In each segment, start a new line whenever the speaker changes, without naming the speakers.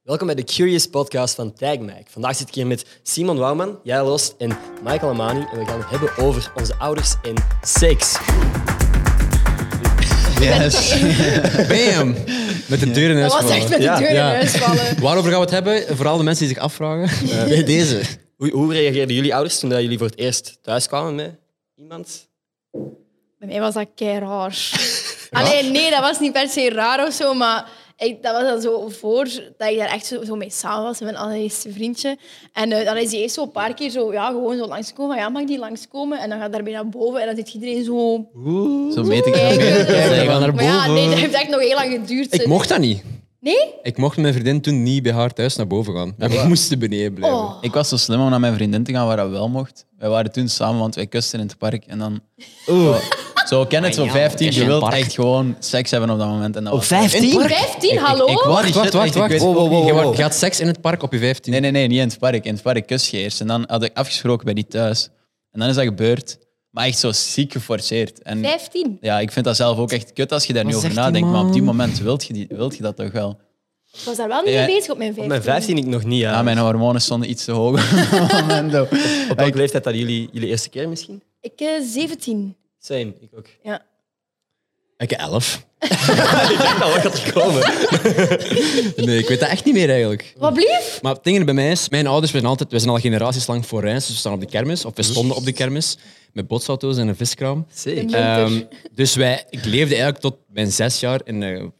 Welkom bij de Curious Podcast van Tag Mike. Vandaag zit ik hier met Simon Wouwman, Jij Lost en Michael Amani. En we gaan het hebben over onze ouders en seks.
Yes. Bam. Met de deur in huis
Dat was echt
gevallen.
met de
Ja,
deur in
ja.
huis vallen.
Waarover gaan we het hebben? Vooral de mensen die zich afvragen. Bij deze.
Hoe, hoe reageerden jullie ouders toen dat jullie voor het eerst thuis kwamen met iemand?
Bij mij was dat kei raar. Allee, nee, dat was niet per se raar of zo, maar ik, dat was dan zo voor dat ik daar echt zo, zo mee samen was met mijn allereerste vriendje. En eh, dan is hij eerst zo een paar keer zo, ja, gewoon zo langskomen. Ja, mag die langskomen? En dan gaat daarmee naar boven en dan zit iedereen zo...
Zo meet ik
kijken.
We gaan naar
Maar ja,
boven.
nee, dat heeft echt nog heel lang geduurd.
Ik mocht dat niet.
Nee?
Ik mocht met mijn vriendin toen niet bij haar thuis naar boven gaan. En ik moest beneden blijven.
Oh.
Ik was zo slim om naar mijn vriendin te gaan waar dat wel mocht. Wij waren toen samen, want wij kusten in het park. En dan... Zo, zo ken
Ah,
het, zo 15. Je wilt echt gewoon seks hebben op dat moment. En dat was...
15?
15, hallo?
Ik wou die
Oh, Wacht,
shit
wacht,
echt, ik
wacht.
weet
Wow,
ook
wow,
niet.
wow,
Je
wow.
wordt-
Je had seks in het park op je 15.
Nee, nee, nee, niet in het park. In het park kus je eerst. En dan had ik afgesproken bij die thuis. En dan is dat gebeurd. Maar echt zo ziek geforceerd. En
15.
ja, ik vind dat zelf ook echt kut als je daar nu over
zegt die
nadenkt. Maar
man?
op die moment wilt je, die, wilt je dat toch wel.
Ik was daar wel niet
Ja.
mee bezig op mijn 15.
Op mijn 15 ik nog niet. Ja.
Ah,
Ja, mijn hormonen stonden iets te hoog. op dat moment, hoor.
Op welke leeftijd dat jullie, jullie eerste keer misschien?
Ik eh 17.
Same, ik ook.
Ja.
Ik 11.
Nou, wat gaat er komen?
Nee, ik weet dat echt niet meer eigenlijk.
Wat blief?
Maar het ding er bij mij is, mijn ouders zijn altijd, we zijn al generaties lang vooruit, dus we staan op de kermis, of we stonden op de kermis, met botsauto's en een viskraam.
Zeker.
Winter.
Ehm, dus wij, ik leefde eigenlijk tot mijn zes jaar in een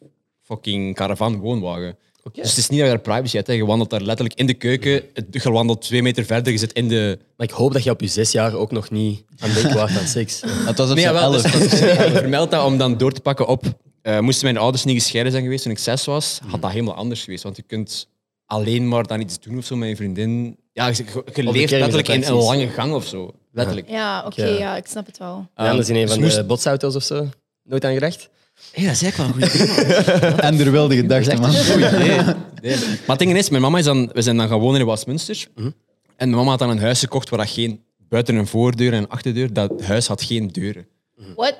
fucking caravan woonwagen. Dus het is niet dat je daar privacy hebt. hè. Je wandelt daar letterlijk in de keuken, het- je wandelt twee meter verder, je zit in de...
Maar ik hoop dat je op je zes jaar ook nog niet aan denken was aan seks.
Het was op
Nee,
zijn
jawel, dus,
11.
dus, ik vermeld dat om dan door te pakken op... eh, moesten mijn ouders niet gescheiden zijn geweest toen ik zes was, had dat helemaal anders geweest. Want je kunt alleen maar dan iets doen of zo met je vriendin. Ja, je, je leeft
kermis,
letterlijk in een
attracties.
lange gang of zo. Letterlijk.
Ja, oké,
Ja.
ja. ik snap het wel.
En anders in een
dus
van
moest-
de botsauto's of zo. Nooit aan gedacht?
Hé, dat is eigenlijk wel een goede
En er wilde gedachten, man.
Nee. Mhm. Maar het ding is, mijn mama is dan, we zijn dan gewoon in Westminster. En mijn mama had dan een huis gekocht waar dat geen, buiten een voordeur en een achterdeur, dat huis had geen deuren.
Mm.
What?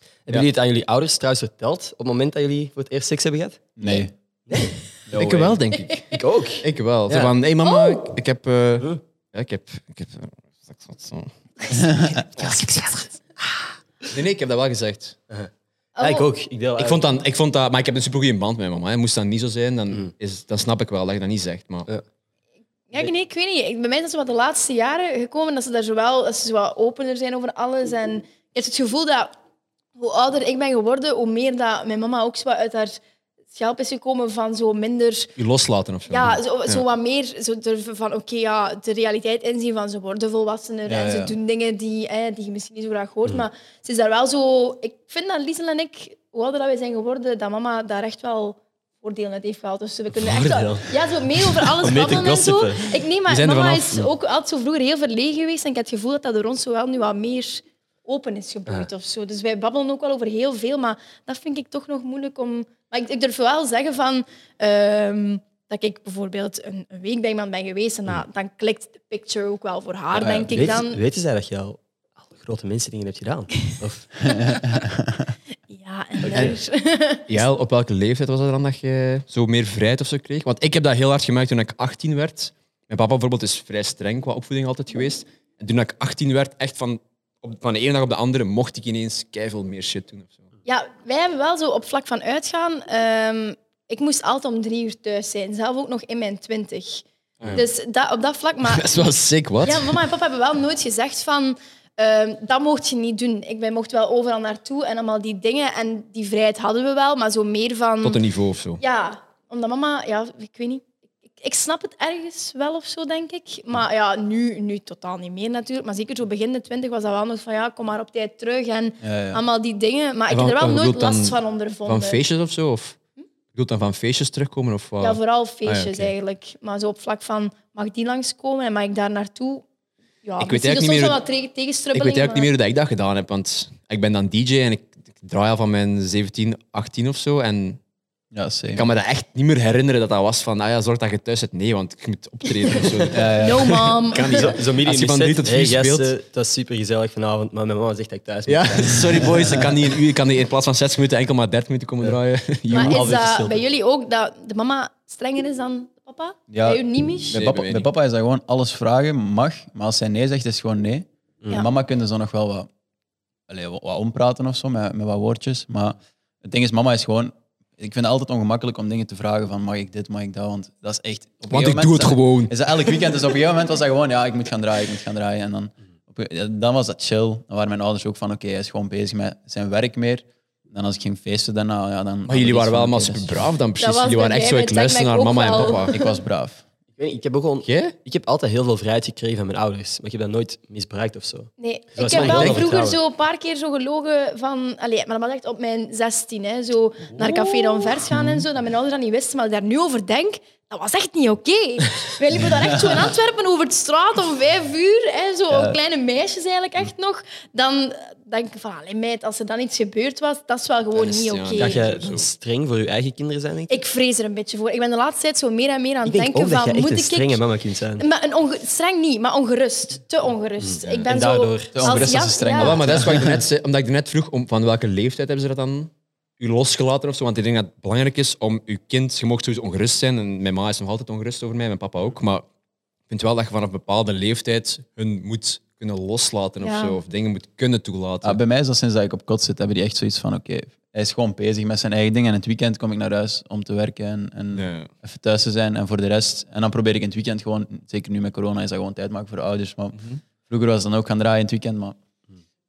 Hebben jullie het aan jullie ouders trouwens verteld op het moment dat jullie voor het eerst seks hebben gehad?
Nee. No
ik
way.
wel, denk ik.
Ik ook.
Ik wel. Zo
Ja.
van, hé hey mama, ik- ik heb... eh, ja, ik heb... Ik heb eh, seks gehad, zo. Nee, nee, ik heb dat wel gezegd.
Ja, Ah,
Oh.
ik ook. Ik, deel
Ik vond, dan, ik vond dat... Maar ik heb een supergoeie band met mijn mama. Hè. Moest dat niet zo zijn, dan, is, dan snap ik wel dat je dat niet zegt. Maar
Ja.
Ja, ik- nee, ik weet niet. Ik- Bij mij is dat zo wat de laatste jaren gekomen dat ze daar zo wel dat ze zo wat opener zijn over alles. En je hebt het gevoel dat hoe ouder ik ben geworden, hoe meer dat mijn mama ook zo wat uit haar schelp is gekomen van zo minder...
je loslaten of zo.
Ja, zo, zo wat meer zo durven van, oké, ja, de realiteit inzien van ze worden volwassener
Ja,
en ze
ja.
doen dingen die, eh, die je misschien niet zo graag hoort.
Mm.
Maar ze is daar wel zo... Ik vind dat Liesel en ik, hoe ouder dat wij zijn geworden, dat mama daar echt wel voordelen uit heeft gehaald. Dus we kunnen echt wel...
Voordeel?
Ja, zo meer over alles
Om mee te
babbelen en zo.
gossipen.
Ik neem
We
maar
zijn er
mama
vanaf.
is ook altijd zo vroeger heel verlegen geweest en ik heb het gevoel dat dat door ons zo wel nu wat meer open is gebloeid of zo. Dus wij babbelen ook wel over heel veel, maar dat vind ik toch nog moeilijk om... Maar ik, ik durf wel zeggen van... ehm, dat ik bijvoorbeeld een, een week bij iemand ben geweest en dat- dan klikt de picture ook wel voor haar,
Ja, ja.
denk ik
Ah, Weet-
dan.
Weten zij dat je al alle grote mensen dingen hebt gedaan? Of,
Ja, en daar.
Ja, op welke leeftijd was dat dan dat je zo meer vrijheid of zo kreeg? Want ik heb dat heel hard gemerkt toen ik 18 werd. Mijn papa bijvoorbeeld is vrij streng qua opvoeding altijd geweest. En toen ik 18 werd, echt van, op, van de ene dag op de andere, mocht ik ineens keiveel meer shit doen. Of zo.
Ja, wij hebben wel zo op vlak van uitgaan. ehm, ik moest altijd om drie uur thuis zijn, zelf ook nog in mijn twintig. Dus dat, op dat vlak, maar
Dat is wel sick, wat?
Ja, mama en papa hebben wel nooit gezegd van... ehm, dat mocht je niet doen. Ik ben, mocht wel overal naartoe en allemaal die dingen. En die vrijheid hadden we wel, maar zo meer van...
Tot een niveau of zo.
Ja, omdat mama... Ja, ik weet niet. Ik, ik snap het ergens wel of zo, denk ik. Maar ja, nu, nu totaal niet meer natuurlijk. Maar zeker zo begin de twintig was dat wel nog van... Ja, kom maar op tijd terug en
Ja, ja.
allemaal die dingen. Maar ik heb
Van-
er wel
van
nooit
bedoelt dan-
last van ondervonden.
Van feestjes of zo? Of? Ik bedoel dan van feestjes terugkomen? Of, wat?
Ja, vooral feestjes
Ah, oké.
eigenlijk. Maar zo op vlak van... Mag die langskomen en mag ik daar naartoe? Ja,
weet
misschien
eigenlijk niet
soms
meer
wel
hoe-
wat tegen-
Ik
tegenstrubbelingen,
weet eigenlijk
maar-
niet meer hoe dat ik dat gedaan heb, want ik ben dan DJ en ik, ik draai al van mijn 17, 18 of zo. En
Ja, same.
Ik kan me dat echt niet meer herinneren dat dat was van, ah ja, zorg dat je thuis zit. Nee, want je moet optreden of zo.
No, mom.
Kan niet. Zo, zo midden in
Als je
de
van
set,
drie tot
hey,
vier speelt.
gasten, Het was super gezellig vanavond, maar mijn mama zegt dat ik thuis moet
Ja, sorry boys, ik kan niet een uur, ik kan niet in plaats van 60 minuten enkel maar 30 minuten komen draaien.
Maar is
Alweer
dat
verschil.
bij jullie ook dat de mama strenger is dan papa?
Ja.
Bij u niet meer?
Bij
Nee,
papa,
bij mij
bij papa is dat gewoon alles vragen, mag. Maar als zij nee zegt, is het gewoon nee.
Ja.
En Mama kunnen zo nog wel wat, allee, wat, wat ompraten of zo, met, met wat woordjes. Maar het ding is, mama is gewoon... Ik vind het altijd ongemakkelijk om dingen te vragen van mag ik dit, mag ik dat, want dat is echt... op een gegeven
Want ik
moment
doe het
is dat-
gewoon.
Is dat elk weekend, dus op een gegeven moment was dat gewoon ja, ik moet gaan draaien, ik moet gaan draaien. En dan, op een- ja, dan was dat chill. Dan waren mijn ouders ook van oké, hij is gewoon bezig met zijn werk meer. Dan als ik ging feesten daarna, ja, dan...
Maar jullie waren wel
maar
maar super braaf dan precies.
was
Jullie
bij
waren echt
mij
zo,
met
ik
Jack
luister
Mac
naar
ook
mama en
wel.
papa.
Ik was braaf.
Ik, weet niet, ik heb ook gewoon...
Jij?
Ik heb altijd heel veel vrijheid gekregen van mijn ouders, maar ik heb dat nooit misbruikt of zo.
Nee,
was
ik
mijn
heb wel
grote
vroeger
vertrouwen.
zo een paar keer zo gelogen van... Allee, maar dat was echt op mijn 16, hè, zo naar Café d'Anvers gaan en zo, dat mijn ouders dat niet wisten, maar als ik daar nu over denk, dat was echt niet oké. Wij liepen daar echt zo in Antwerpen over de straat om vijf uur, hè, zo kleine meisjes eigenlijk echt nog. Dan denk ik van, allee, meid, als er dan iets gebeurd was, dat is wel gewoon
Dat is-
niet
ja,
oké.
dat
Dat je
Sowieso.
streng voor je eigen kinderen zijn, denk ik.
Ik vrees er een beetje voor. Ik ben de laatste tijd zo meer en meer aan het
Ik denk
denken
ook dat
van,
je echt
moet
een
ik...
strenge mama kunt zijn.
Maar een onge- streng niet, maar ongerust. Te ongerust. Ik ben
En daardoor-
zo...
Te
ongerust als
Jan-
ze streng
ja.
Ah, wel, maar dat is wat ik net zei, omdat ik net vroeg om, van welke leeftijd hebben ze dat dan u losgelaten of zo. Want ik denk dat het belangrijk is om uw kind, je mag sowieso ongerust zijn. En mijn ma is nog altijd ongerust over mij, mijn papa ook. Maar ik vind wel dat je vanaf een bepaalde leeftijd hun moet kunnen loslaten of
Ja.
zo. Of dingen moet kunnen toelaten.
Ah, bij mij is dat sinds dat ik op kot zit, hebben die echt zoiets van: oké, hij is gewoon bezig met zijn eigen ding. En het weekend kom ik naar huis om te werken en, en
Ja.
even thuis te zijn. En voor de rest. En dan probeer ik in het weekend gewoon, zeker nu met corona, is dat gewoon tijd maken voor ouders. Maar
Mhm.
vroeger was het dan ook gaan draaien in het weekend. Maar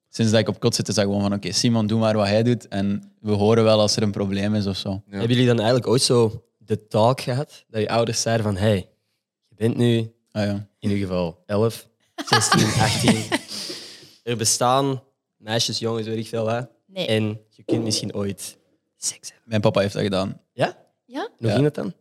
sinds dat ik op kot zit, is dat gewoon van: oké, Simon, doe maar wat hij doet. En we horen wel als er een probleem is of zo.
Ja.
Hebben jullie dan eigenlijk ooit zo de talk gehad dat je ouders zeiden van hey, je bent nu
Ah, ja.
in ieder geval 11, 16, 18. Er bestaan meisjes, jongens, weet ik veel wat.
Nee.
En je kunt misschien ooit seks hebben.
Mijn papa heeft dat gedaan.
Ja?
Ja?
En Hoe
Ja.
ging dat dan?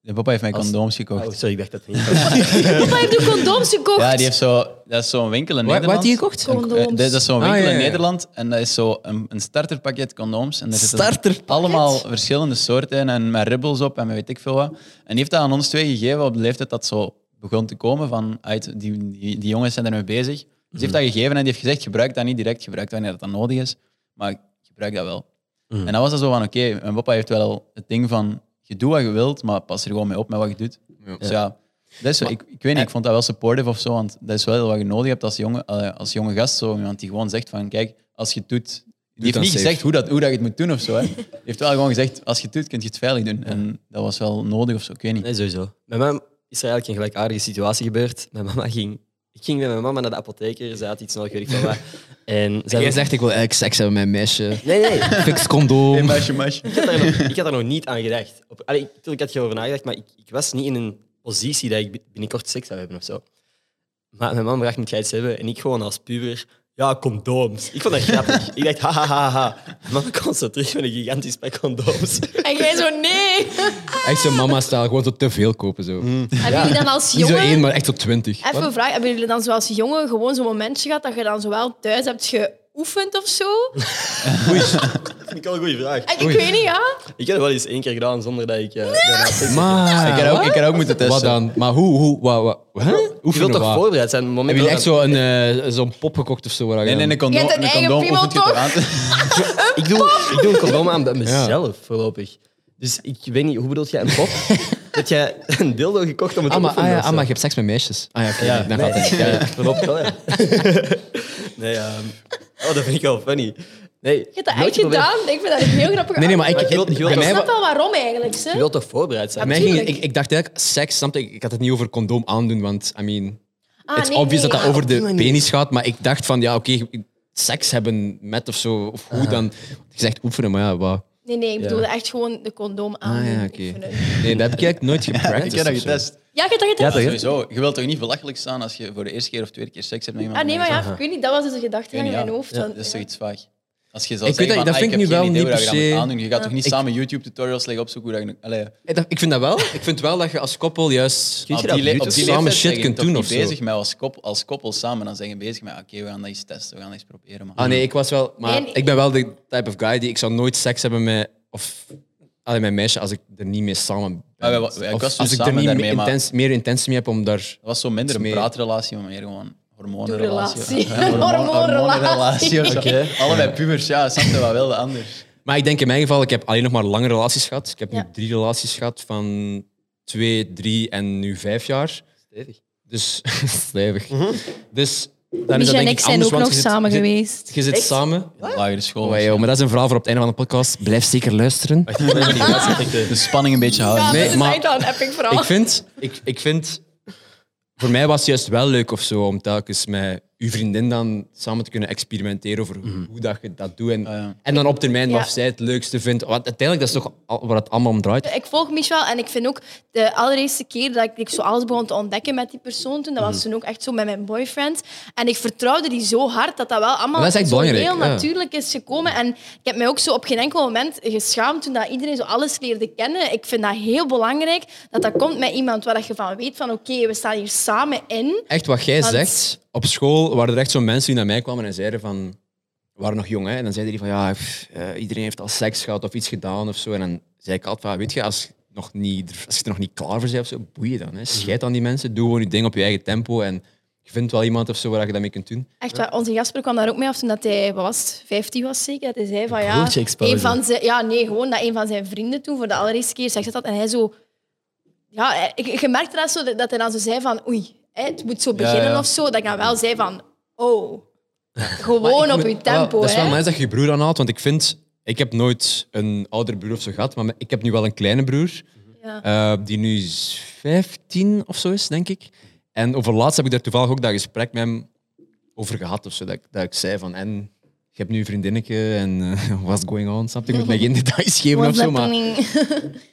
Mijn papa heeft mij
Als-
condooms gekocht.
Oh, sorry, ik dacht dat het niet was.
Papa heeft de condooms gekocht.
Ja, die heeft zo, dat is zo'n winkel in
Wat- wat
Nederland.
heeft die gekocht?
Een- eh,
Condooms.
dat is zo'n winkel
Ah, ja, ja,
in
ja.
Nederland en dat is zo een, een starterpakket condooms. En daar zitten
Starterpakket?
allemaal verschillende soorten in en met ribbels op en met weet ik veel wat. En die heeft dat aan ons twee gegeven op de leeftijd dat zo begon te komen van uit, die, die, die jongens zijn ermee bezig. Dus die heeft dat
Mhm.
gegeven en die heeft gezegd gebruik dat niet direct, gebruik dat wanneer dat dan nodig is, maar gebruik dat wel.
Mhm.
En dan was dat zo van oké, mijn papa heeft wel het ding van je doet wat je wilt, maar pas er gewoon mee op met wat je doet.
Ja.
Dus ja, dat is, wel- ik, ik weet niet, ik vond dat wel supportive of zo, want dat is wel wat je nodig hebt als jonge, eh, als jonge gast. Zo, iemand die gewoon zegt van, kijk, als je het doet... Die heeft
dan
niet
safe.
gezegd hoe, dat, hoe dat je het moet doen of zo. Hè. Die heeft wel gewoon gezegd, als je het doet, kun je het veilig doen. En dat was wel nodig of zo, ik weet niet.
Nee, sowieso. Met mij is er eigenlijk een gelijkaardige situatie gebeurd. Mijn mama ging... Ik ging met mijn mama naar de apotheker, ze had iets nodig, weet ik veel wat. En zij
Jij zegt, ik wil eigenlijk seks hebben met een meisje.
Nee, nee,
Fix condoom.
Hey, meisje, meisje.
ik had, daar nog, ik had daar nog niet aan gedacht. Op, allee, ik, tuurlijk had ik erover nagedacht, maar ik, ik was niet in een positie dat ik bi- binnenkort seks zou hebben of zo. Maar mijn man vraagt, moet jij iets hebben? En ik gewoon als puber, ja, condooms. Ik vond dat grappig. ik dacht, ha, ha, ha, ha. Mijn mama komt zo terug met een gigantisch pak condooms.
En jij zo, nee.
Echt zo'n mama-stijl, gewoon zo te veel kopen. Zo.
Mm.
Hebben jullie dan als
Niet zo
jongen...
één, maar echt zo twintig.
Even een vraag. Hebben jullie dan zo als jongen gewoon zo'n momentje gehad dat je dan zowel thuis hebt geoefend of zo?
Dat vind ik wel een goede vraag.
Ik, ik weet niet, ja.
Ik heb dat wel eens één keer gedaan zonder dat ik... eh, daarna seks-
Maar,
Ik had ook, ik had ook moeten
Wat
testen.
dan? Maar hoe? hoe wat, wat, hè?
Je wilt
Oefenen
toch
wat?
voorbereid zijn? op het moment
Heb je
dat-
echt zo'n eh zo'n pop gekocht of zo? waar je
Nee, nee, een
Je
condoom,
hebt een
een
eigen
condoom
piemel,
oefent je
toch?
toch aan te-
Ik doe, ik doe een condoom aan bij mezelf voorlopig. Dus ik weet niet, hoe bedoelt jij een pop? dat jij een dildo gekocht om het
Ah, maar,
te oefenen?
ah, ja,
of
ah,
zo?
maar je hebt seks met meisjes. Ah ja, oké.
Ja,
dan
nee,
gaat het.
ja, ja, voorlopig wel, ja. nee, ehm, oh, dat vind ik wel funny. Nee,
Je hebt dat echt gedaan. Ik vind dat een heel grappig. Ah,
Nee, nee, maar ik,
Maar je wilt- je wilt
bij
Ik
toch-
mij,
snap
wa-
wel waarom eigenlijk. Ze.
Je wilt toch voorbereid zijn?
bij mij ging,
Tuurlijk.
ik, ik dacht eigenlijk seks, snapte ik, ik had het niet over condoom aandoen, want I mean,
Ah,
it's
nee,
obvious
nee.
dat dat over
op die
de
manier.
penis gaat, maar ik dacht van ja, oké, seks hebben met of zo, of
Ah.
hoe dan. Je zegt oefenen, maar ja, wat.
Nee, nee, ik
Ja.
bedoel echt gewoon de condoom aan.
Ah ja,
Ik
oké.
vind het-
Nee, dat heb ik eigenlijk nooit
Ik heb dat
gepracticed. of zo.
getest.
Ja, je hebt dat
Ja,
getest?
sowieso. Je wilt toch niet belachelijk staan als je voor de eerste keer of tweede keer seks hebt met iemand?
Ah, nee, maar ja, ik weet niet. Dat was dus de gedachte
Ik
in
weet
mijn
niet, ja.
hoofd.
Ja,
dan-
Dat is
ja.
zoiets vaag. Als je zal
Ik weet dat-
zeggen van,
dat
ah,
vind ik
heb
nu
geen
wel
idee hoe
niet
dat
per
je dat
se-
moet aandoen. Je gaat toch niet
Ik-
samen YouTube-tutorials leggen opzoeken hoe dat je... Allee,
Ik dacht- ik vind dat wel. Ik vind wel dat je als koppel juist
Kun je
op
dat
die, le-
op
op die
samen
leeftijd
shit
zijn je
kunt
toch
doen
niet
of zo.
bezig met als, kop- als koppel samen. Dan zijn je bezig met, oké, we gaan dat eens testen, we gaan dat eens proberen. Maar.
Ah nee, ik was wel. Maar
Nee, nee.
ik ben wel de type of guy die ik zou nooit seks hebben met of alleen mijn meisje, als ik er niet mee samen ben.
Ah, wij- wij- ik
Of
was toen
als ik er
samen
niet
daarmee,
meer
maar-
intens, meer intentie mee heb om daar.
Dat was zo minder
Iets
een
meer-
praatrelatie, maar meer gewoon hormoonrelatie.
Doe-relatie.
Ja, hormoon-
Hormoonrelatie.
of zo.
Oké.
Allebei pubers, ja, snapte wat wel de ander.
Maar ik denk in mijn geval, ik heb alleen nog maar lange relaties gehad. Ik heb
Ja.
nu drie relaties gehad van twee, drie en nu vijf jaar.
Stevig.
Dus stevig. Dus dan is
Michel
dat
en
denk
ik
ik
zijn
anders,
ook
want
nog
je zit-
samen
je zit-
geweest.
Je zit samen.
Lagere school.
Oh, joh, maar dat is een verhaal voor op het einde van de podcast. Blijf zeker luisteren.
Wacht, ik ben niet vastgelegd.
Dus De spanning een beetje houden.
Ja,
Ah, Nee,
dat is
maar-
echt wel een epic verhaal.
Ik vind, ik, ik vind, voor mij was het juist wel leuk of zo om telkens met uw vriendin dan samen te kunnen experimenteren over hoe dat je dat doet. En,
Ah, ja.
en dan op termijn
Ja.
wat zij het leukste vindt. Want uiteindelijk dat is toch al- waar het allemaal om draait.
Ik volg Michel en ik vind ook de allereerste keer dat ik, ik zo alles begon te ontdekken met die persoon toen,
Hmm.
dat was toen ook echt zo met mijn boyfriend. En ik vertrouwde die zo hard dat dat wel allemaal
Dat is echt
zo
belangrijk,
heel
ja.
natuurlijk is gekomen. En ik heb mij ook zo op geen enkel moment geschaamd toen dat iedereen zo alles leerde kennen. Ik vind dat heel belangrijk dat dat komt met iemand waar dat je van weet van oké, we staan hier samen in.
Echt wat jij
Want-
zegt, op school waren er echt zo'n mensen die naar mij kwamen en zeiden van... We waren nog jong, hè. En dan zeiden die van, ja, pff, eh, iedereen heeft al seks gehad of iets gedaan of zo. En dan zei ik altijd van, weet je, als, nog niet, als je er nog niet klaar voor bent of zo, boeien dan, hè. Scheid aan die mensen, doe gewoon je ding op je eigen tempo en je vindt wel iemand of zo waar je dat mee kunt doen.
Echt waar, onze Jasper kwam daar ook mee af toen dat hij, wat was het, 15 was zeker, dat hij zei van ja...
broertje exposen.
Een van zijn, ja, nee, gewoon dat een van zijn vrienden toen voor de allereerste keer zegt dat en hij zo... Ja, ik, je merkte dat, zo, dat hij dan zo zei van oei, hè, het moet zo beginnen
ja.
of zo, dat ik dan wel zei van oh, gewoon
Maar
op
ik
je
moet- wel,
tempo.
Dat is wel
hè.
nice dat je je broer aanhaalt, want ik vind... Ik heb nooit een oudere broer of zo gehad, maar ik heb nu wel een kleine broer.
Ja.
Eh, die nu is 15 of zo is, denk ik. En over laatst heb ik daar toevallig ook dat gesprek met hem over gehad. Of zo, dat, ik- dat ik zei van, en je hebt nu een vriendinnetje en eh, what's going on, snap je? Ik moet mij geen details geven of
What's
zo, maar dat
happening?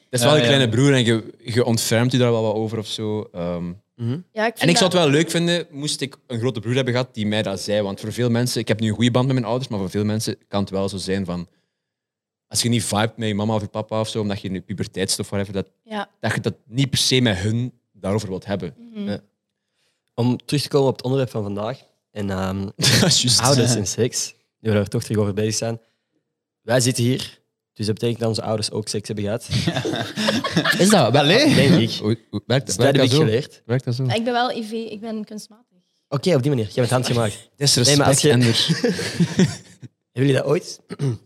is wel
Ja,
een
ja.
kleine broer en je, je ontfermt je daar wel wat over of zo. Ehm,
Ja, ik vind
en ik zou
dat-
het wel leuk vinden, moest ik een grote broer hebben gehad die mij dat zei. Want voor veel mensen, ik heb nu een goede band met mijn ouders, maar voor veel mensen kan het wel zo zijn van... Als je niet vibet met je mama of je papa of zo, omdat je in de puberteitsstof of whatever, dat
Ja.
dat je dat niet per se met hun daarover wilt hebben.
Mhm.
Om terug te komen op het onderwerp van vandaag. En ehm,
Juist.
ouders en seks, nu we daar toch terug over bezig zijn. Wij zitten hier, dus dat betekent dat onze ouders ook seks hebben gehad.
Is dat? Wel,
Allee? Denk ik.
Oei, oei, Werkt,
Dus dat
werkt
heb
dat
ik
zo?
geleerd.
Werkt dat zo?
Ik ben wel IV, ik ben kunstmatig.
Oké, op die manier. Jij bent handgemaakt.
Disrespect,
Nee, maar als je-
Ender.
hebben jullie dat ooit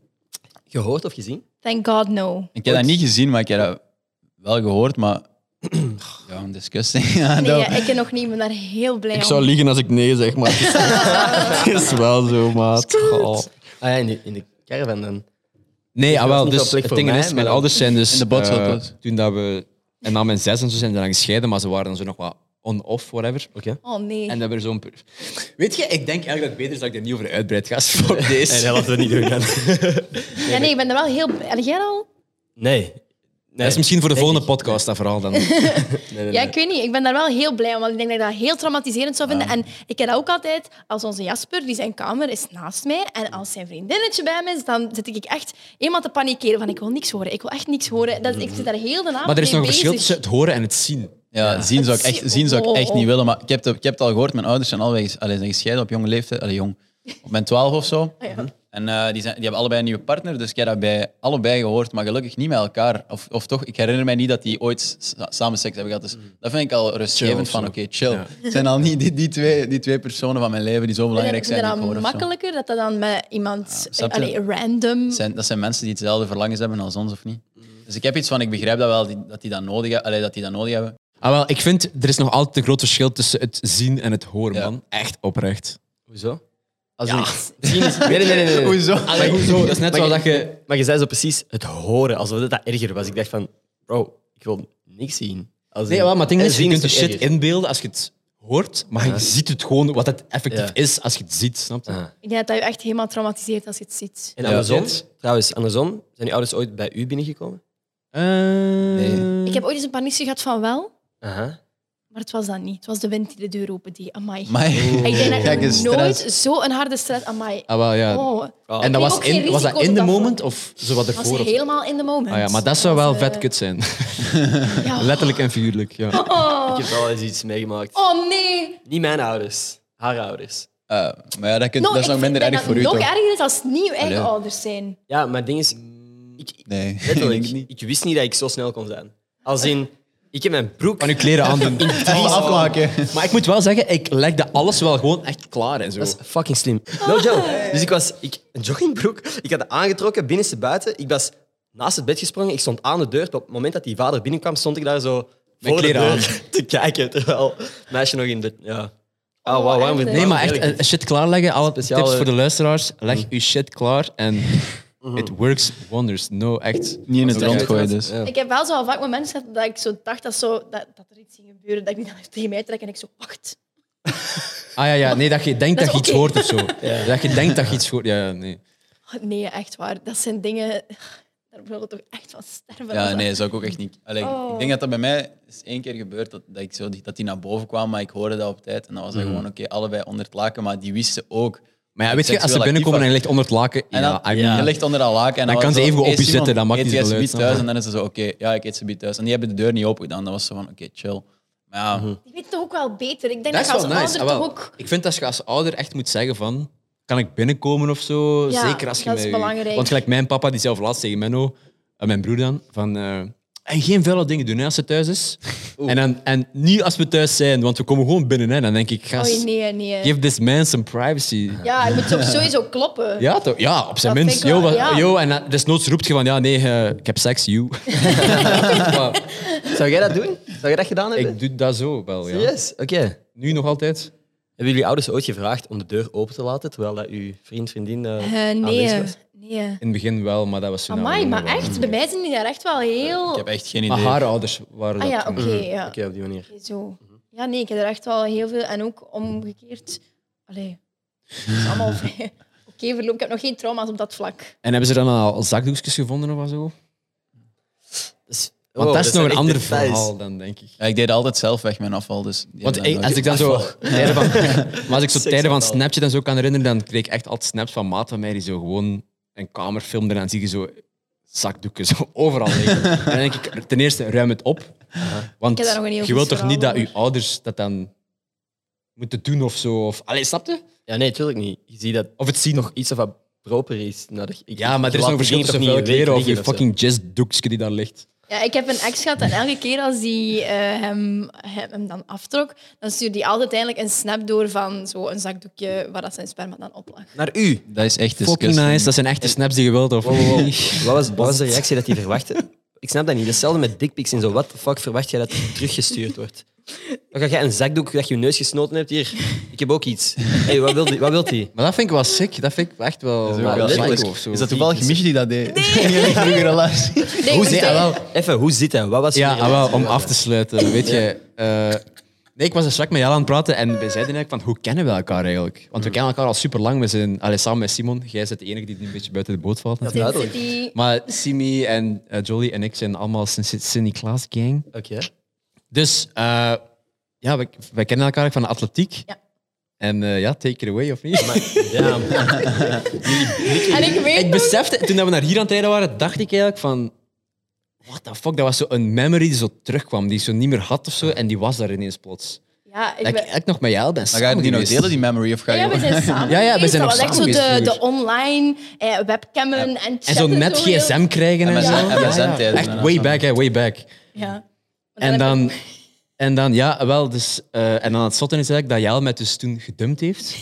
gehoord of gezien?
Thank God, no.
Ik heb dat niet gezien, maar ik heb dat wel gehoord, maar... Ja, een discussie. Ja,
Nee,
dat-
ja, ik nog niet, ik ben daar heel blij om.
liegen als ik nee zeg, maar het is wel zo, maat.
Ah ja, in de, in de caravan dan.
Nee,
Dat
ah,
is
wel,
niet
dus
wel plek
het
voor
ding
mij,
is,
maar
mijn
dan-
ouders zijn dus...
In de botsel
eh,
was.
toen dat we... En na mijn zes en zo zijn ze dan gescheiden, maar ze waren dan zo nog wat on-off, whatever.
Oké.
Oh nee.
En dat we zo'n... per- Weet je, ik denk eigenlijk dat het beter is dat ik er niet over uitbreid ga. Fuck
En
deze.
dat laten we niet doen dan.
ja, nee, ik ben er wel heel... Heb jij dat al?
Nee. nee.
Dat is misschien voor de
Denk
volgende
ik.
podcast, dat verhaal dan.
Nee, nee,
Ja,
nee.
ik weet niet. Ik ben daar wel heel blij om, want ik denk dat ik dat heel traumatiserend zou
Ah.
vinden. En ik heb dat ook altijd als onze Jasper, die zijn kamer is naast mij, en als zijn vriendinnetje bij me is, dan zit ik echt helemaal te panikeren van ik wil niks horen, ik wil echt niks horen. Dat, ik zit daar heel de avond
Maar er is
mee
nog een verschil
bezig.
tussen het horen en het zien.
Ja, zien zou ik echt,
Zie-
zien zou ik echt
wow.
niet willen. Maar ik heb, het, ik heb het al gehoord, mijn ouders zijn alweer allee, zijn gescheiden op jonge leeftijd. Allee, jong. Op mijn twaalf of zo.
Ah,
Mhm.
ja.
En eh, die, zijn, die hebben allebei een nieuwe partner, dus ik heb dat bij allebei gehoord, maar gelukkig niet met elkaar. Of, of toch, ik herinner mij niet dat die ooit sa- samen seks hebben gehad. Dus dat vind ik al
Mhm. Chill
rustgevend
of
van,
zo.
oké, chill. Het zijn al niet die, die, twee, die twee personen van mijn leven die zo
Ik
belangrijk
vind
zijn.
het
die ik
dan
hoor of zo. Ah,
makkelijker dat dat dan met iemand eh,
snap je?
allee, random.
Dat zijn, dat zijn mensen die hetzelfde verlangens hebben als ons, of niet?
Mhm.
Dus ik heb iets van, ik begrijp dat wel, die, dat, die dat, nodig, he- allee, dat die dat nodig hebben.
Ah, wel, ik vind er is nog altijd een groot verschil tussen het zien en het horen,
Ja.
man. Echt oprecht.
Hoezo?
Als
Misschien is- Nee, nee, nee. nee, nee.
Hoezo?
Allee,
hoezo? Dat is net
Maar
zoals dat
je-
je.
Maar je zei zo precies het horen, alsof dat, dat erger was. Ik dacht van, bro, ik wil niks zien. Als
Nee,
in-
wel, maar het ding
En
Eh, is, je
zien
kunt de
toch
shit
erger?
inbeelden als je het hoort, maar je ziet het gewoon wat het effectief
Ja.
is als je het ziet, snap je?
Ah.
Ik denk dat dat je echt helemaal traumatiseert als je het ziet.
En
Ja.
andersom,
Yes.
trouwens, andersom, zijn je ouders ooit bij u binnengekomen?
Eh,
Nee.
Ik heb ooit eens een paniekje gehad van wel,
Aha.
maar het was dat niet. Het was de wind die de deur opendeed. Amai.
Maar
Ik denk dat ik
Gekke
nog
stress.
nooit zo'n harde stress... Amai.
Ah, wel, ja.
Oh.
En dat
neem
was,
ook geen
in, was dat
risico
in de
tot dat
moment of zo wat
was
ervoor? of zo?
helemaal in de moment.
Ah, ja, maar dat zou wel
eh,
vet kut zijn.
ja.
Letterlijk en figuurlijk, ja.
Oh.
Ik heb wel eens iets meegemaakt.
Oh, nee.
Niet mijn ouders, haar ouders.
Eh, maar ja, dat, kun-
No,
dat is
ik
nog
vind-
minder
denk
erg
dat
voor u,
het nog
toch?
erger is als het niet uw eigen
Allee.
ouders zijn.
Ja, maar het ding is, ik Ik,
Nee, ik
letterlijk,
denk het niet.
ik wist niet dat ik zo snel kon zijn. Als in, ik heb mijn broek...
Kan je kleren aandoen.
Alles afmaken.
Maar ik moet wel zeggen, ik legde alles wel gewoon echt klaar en zo.
Dat is fucking slim.
Oh.
No joke. Dus ik was ik, een joggingbroek. Ik had het aangetrokken, binnenste buiten. Ik was naast het bed gesprongen. Ik stond aan de deur. Op het moment dat die vader binnenkwam, stond ik daar zo
Met
voor de
kleren
deur te kijken. Terwijl het meisje nog in bed... Ja. Ah,
Oh,
wauw, waarom...
echt, hè?
Nee, maar echt
Heerlijk.
eh, shit klaarleggen. Alle
Speciale-
tips voor de luisteraars. Leg je shit klaar en it works wonders. No, echt.
Niet in het
Oké.
rond gooien, dus.
Ja.
Ik heb wel zo al vaak momenten gehad dat ik zo dacht dat, zo, dat, dat er iets ging gebeuren, dat ik niet naar tegen mij trek en ik zo, wacht.
Ah ja, ja. Nee, dat je denkt dat,
Dat
je
is
iets
oké.
hoort of zo. Dat je denkt dat je iets hoort. Ja, ja, nee.
Oh, Nee, echt waar. Dat zijn dingen... Daar wil ik toch echt van sterven. als
Ja,
dat-
nee, zou ik ook echt niet. Allee, ik- Ik
Oh.
denk dat dat bij mij is één keer gebeurd dat, dat, ik zo, die- dat die naar boven kwam, maar ik hoorde dat op tijd. En dan was dat gewoon, oké, allebei onder het laken, maar die wisten ook.
Mm. Maar ja, weet je, als ze
Seksueel
binnenkomen en
actief
je ligt onder het laken.
En
ja,
dan,
I mean,
je ligt onder dat laken. En
Dan
was
kan ze
zo,
even
"Hey,
op je
Simon,
zetten, dan maakt
eet
niet
jij
zoveel
alsjeblieft
uit."
thuis. En dan is ze zo, oké, ja, ik eet ze biet thuis. En die hebben de deur niet open gedaan. Dat was zo van, oké, chill. Maar ja,
Mhm.
Die weten toch ook wel beter. Ik denk
Dat
dat,
is
je als
wel nice.
ouder
Ah, wel.
toch ook...
Ik vind dat je als ouder echt moet zeggen van... Kan ik binnenkomen of zo?
Ja,
Zeker als je
dat is
met-
belangrijk.
Want gelijk mijn papa, die zelf laatst tegen Menno, eh, mijn broer dan, van... eh, en geen vuile dingen doen hè, als ze thuis is. En, dan, en niet als we thuis zijn, want we komen gewoon binnen. Hè. Dan denk ik, gast,
Oei, Oh, nee, nee.
give this man some privacy.
Ja, je moet ook sowieso kloppen.
Ja, toch? ja, op zijn
Dat
minst.
vind ik
Yo,
wel,
wat-
ja.
yo, en dan- desnoods roept je van, ja, nee, eh, ik heb seks, you.
eh, Zou jij dat doen? Zou jij dat gedaan hebben?
ik doe dat zo wel, ja.
Yes, oké.
Nu nog altijd.
Hebben jullie ouders ooit gevraagd om de deur open te laten, terwijl dat uw vriend, vriendin eh,
Ah,
Eh,
aanwezig
nee,
was?
nee.
In het begin wel, maar dat was toen...
Amai,
nou,
maar
wel.
echt, bij mij zijn die daar echt wel
ik
heel...
heb echt geen idee.
Maar haar ouders waren
Ah
dat Mhm.
ja,
toen.
oké, ja.
Oké, op die manier.
Zo. Ja, nee, ik heb er echt wel heel veel. En ook omgekeerd. Allee, het is allemaal vrij- oké verloop. Ik heb nog geen trauma's op dat vlak.
En hebben ze dan al zakdoekjes gevonden of zo? Want
Dus-
dat,
oh,
is
zijn
nog een
echt
ander
details.
verhaal dan, denk ik.
Ja, ik deed altijd zelf weg mijn afval, dus... die
Want
hebben
ik-
dat
als ik
Ah,
dan zo tijden van, maar als ik zo
Seks
tijden van
afval.
Snapchat en zo kan herinneren, dan kreeg ik echt altijd snaps van maat van mij die zo gewoon een kamer filmde en dan zie je zo zakdoeken zo overal liggen. en dan denk ik, ten eerste, ruim het op. Want
Ik heb daar nog een heel
je wilt
goed
toch niet dat
verhaal
je ouders dat dan moeten doen of zo? Of, allee, snap je?
Ja, nee, natuurlijk niet. Je ziet dat
Of het zien nog
iets of wat proper is. Nou, dat- ik-
Ja, maar er
ik
is
laat
nog een
die
verschil
ding
tussen
toch
vuile
niet een week
kleren of je
liggen of zo.
fucking jazzdoekje die daar ligt.
Ja, ik heb een ex gehad en elke keer als die eh, hem, hem, hem dan aftrok, dan stuurde hij altijd eigenlijk een snap door van zo een zakdoekje waar dat zijn sperma dan op lag.
Naar u.
Dat is echt
Fucking
disgusting.
nice, dat zijn echte snaps die je wilt. Of...
Wow, wow, wow. Wat, was, wat was de reactie dat hij verwachtte? Ik snap dat niet. Hetzelfde met dickpics en zo. Wat de fuck verwacht jij dat er teruggestuurd wordt? Dan ga jij een zakdoek dat je je neus gesnoten hebt hier. Ik heb ook iets. hey, wat wil die? Wat wil die?
Maar dat vind ik wel sick. Dat vind ik echt wel,
Dat is ook
wel
wel
psycho
letterlijk.
of zo.
Is dat toevallig Michi die dat deed? Nee! vroeger relatie.
Nee,
Hoe
ik
zit
zei-
ah, wel.
Even, hoe zit dat? Wat was je
Ja, ah,
reactie?
wel, om af te sluiten. Weet je, eh, nee, ik was er straks met jou aan het praten en wij zeiden eigenlijk van hoe kennen we elkaar eigenlijk?
Hmm.
Want we kennen elkaar al super lang. We zijn allee, samen met Simon. Jij bent de enige die een beetje buiten de boot valt. natuurlijk.
Zit-
duidelijk.
zit die-
Maar Simi en eh, Jolie en ik zijn allemaal Sint-Niklaas gang.
Oké.
Dus eh, ja, wij, wij kennen elkaar van de atletiek.
Ja.
En eh, ja, take it away of niet?
Ja,
En ik weet
ik
nog-
besefte, toen dat we naar hier aan het rijden waren, dacht ik eigenlijk van... What the fuck, dat was zo een memory die zo terugkwam, die ik zo niet meer had of zo, en die was daar ineens plots.
Ja,
Dat
ik
ik
ben...
eigenlijk nog met jou ben
Maar ga je
samen
die nog
geweest.
delen, die memory? Of ga je
Ja, we zijn samen.
Ja, ja, we
geweest.
zijn nog
dat was echt zo
samen
de,
geweest,
de online eh, webcammen en
En
chat.
zo net gsm krijgen en zo.
MSN tijden
Echt
en
way
zo.
back, hè, way back.
Ja. Maar
En
heb ik-
dan, en dan ja, wel, dus... eh, en dan het zotte is eigenlijk dat Jael mij dus toen gedumpt heeft.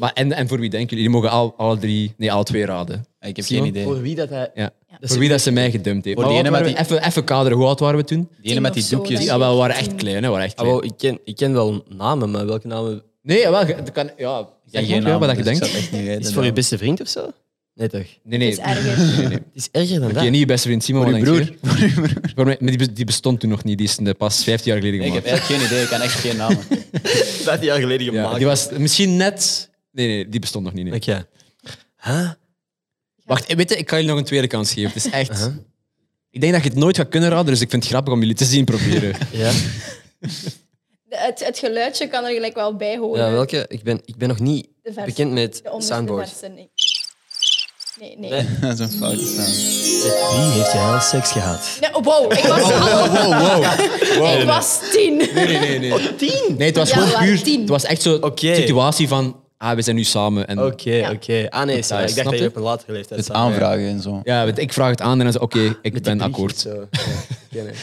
maar, en, en voor wie denken jullie? Jullie mogen al, alle drie... Nee, alle twee raden.
Ik heb
Simon?
geen idee.
voor wie dat hij...
Ja.
is-
Voor wie dat ze mij gedumpt heeft.
Voor die
Maar wat
ene met
waren we- even, even kaderen, hoe oud waren we toen?
Die ene met die
Tien of zo,
doekjes.
denk
Ja, wel, we waren echt klein, hè. we waren echt
Ah,
klein.
wel, ik, ken, ik ken wel namen, maar welke namen...
Nee, jawel, je- dat kan, ja, zeg maar, ja,
naam,
wat dat je
dus ik
denkt.
zou het echt niet weten.
Is het voor je beste vriend of zo? Nee, toch?
Nee,
Het
nee.
is erger.
Het is erger dan
Oké,
dat.
niet je beste vriend Simon,
Voor
wat
je
denk
broer.
je? Voor mij- maar die, be- die bestond toen nog niet, die is eh, pas 15 jaar geleden
Nee, ik
gemaakt.
heb echt geen idee, ik kan echt geen namen.
Vijf jaar geleden
Ja, die was misschien net... Nee, nee, die bestond nog niet. nee.
Oké. Huh?
Wacht, eh, weet je, ik kan jullie nog een tweede kans geven. Het is echt... Ik denk dat je het nooit gaat kunnen raden, dus ik vind het grappig om jullie te zien proberen.
Ja.
De- Het, het geluidje kan er gelijk wel bij horen.
Ja, welke? Ik ben, ik ben nog niet
De versie.
bekend met
De onderste
soundboard.
versen, nee. Nee, nee.
Nee.
Dat is een foute naam.
Met wie heeft jij al seks gehad?
Nee, oh, wow, ik was,
Wow, wow.
ik was tien.
Nee, nee, nee.
Tien?
Nee, het was
Ja, we
gewoon
waren
puur...
tien.
Het was echt zo'n
Oké.
situatie van... ah, we zijn nu samen. En,
Oké, oké. Ah nee, sorry, ik
Ja,
dacht
snap
dat
je?
je op een latere leeftijd
Het
zat.
aanvragen en zo.
Ja, weet, ik vraag het aan en dan zeg oké, ik
Met die
ben
briefjes
akkoord.
zo. Ja, oké, nee.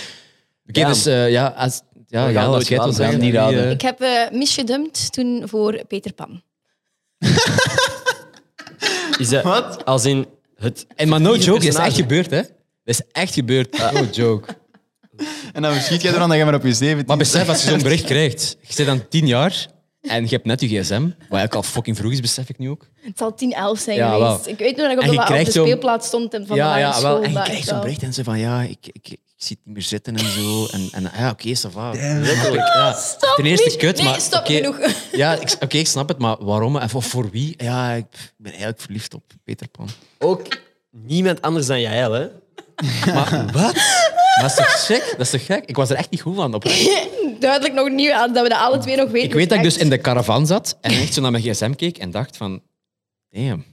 Oké,
Ja.
dus eh, ja, als, ja,
We gaan
ja,
nooit
als jij
raden,
het wil zeggen.
we gaan niet
eh,
raden.
Ik heb eh misgedumpt toen voor Peter Pan.
Is dat als in het...
en, maar no joke, dit is
personage.
echt gebeurd, hè? Dat is echt gebeurd. Ah, No joke.
En dan verschiet jij ervan dat je maar op je 17
Maar besef, als je zo'n bericht krijgt, je zit dan tien jaar en je hebt net je gsm, wat eigenlijk al fucking vroeg is, besef ik nu ook.
Het zal 10, 11 zijn
Ja,
geweest.
wel.
Ik weet nog dat ik op
En
de,
je
wa- op de
krijgt zo'n-
speelplaats stond en van de
ja,
lagere
ja,
school.
wel. En je
dat
krijgt
echt
zo'n
wel.
bericht en ze van, ja, ik, ik, ik zie het niet meer zitten en zo. En, en ah ja, oké, ça va.
Letterlijk.
Ja,
Stop,
ten eerste
Mich-
kut,
nee,
maar...
stop
oké,
genoeg.
Ja, ik- oké, ik snap het, maar waarom en voor, voor wie? Ja, ik pff, ik ben eigenlijk verliefd op Peter Pan.
Ook niemand anders dan jij, hè?
Maar wat? Dat is toch gek? Dat is toch gek? Ik was er echt niet goed van op.
Duidelijk nog niet aan dat we dat alle twee nog weten.
Ik weet dat ik dus
Echt.
in de caravan zat en echt zo naar mijn gsm keek en dacht van... Damn.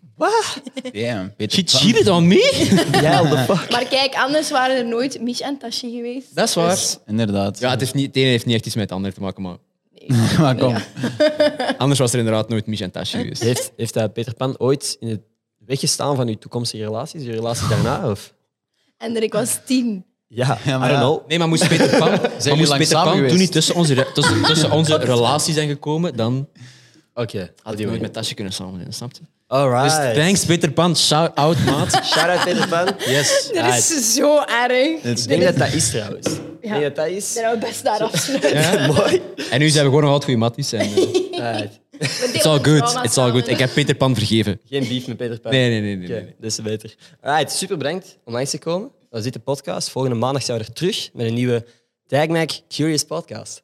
Damn, Peter
She
Pan.
cheated on me?
Ja, what the fuck?
Maar kijk, anders waren er nooit Mich en Tashi geweest.
Dat is waar.
Inderdaad.
Ja, het, heeft niet, het ene heeft niet echt iets met het ander te maken, maar
maar kom.
anders was er inderdaad nooit Mich en Tasje geweest.
Heeft, heeft dat Peter Pan ooit in het weggestaan van uw toekomstige relaties? Je relatie daarna? Of?
En ik was tien.
Ja,
Ja, maar
I don't
ja.
know.
Nee, maar moest Peter Pan, maar
jullie
moest
lang
Peter
samen
Pan
geweest?
toen niet tussen onze, re- tussen, tussen onze relaties zijn gekomen, dan
Oké,
had ik nooit met Tasje kunnen samen zijn, snap je? Dus
Alright.
thanks Peter Pan, shout out maat.
Shout out Peter Pan.
Yes.
Dat is zo erg.
Dit is
Ik denk dat dat is trouwens. Ik
Ja.
denk dat dat is.
Daar gaan we best daar afsluiten.
Ja.
Mooi.
En nu zijn we gewoon nog altijd goede matties. En, eh,
Alright.
it's all good, it's all good. Ik heb Peter Pan vergeven.
Geen beef met Peter Pan.
Nee, nee, nee. nee,
Oké,
nee.
dus beter. Alright, super bedankt om langs te komen. Dat was dit de podcast. Volgende maandag zijn we er terug met een nieuwe Tag Mac Curious podcast.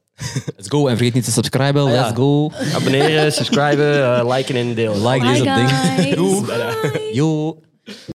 Let's go. En vergeet niet te subscriben.
Ah, ja.
Let's go.
Abonneren, subscriben, eh, liken en delen.
Like
Bye
deze ding.
guys.
Yo.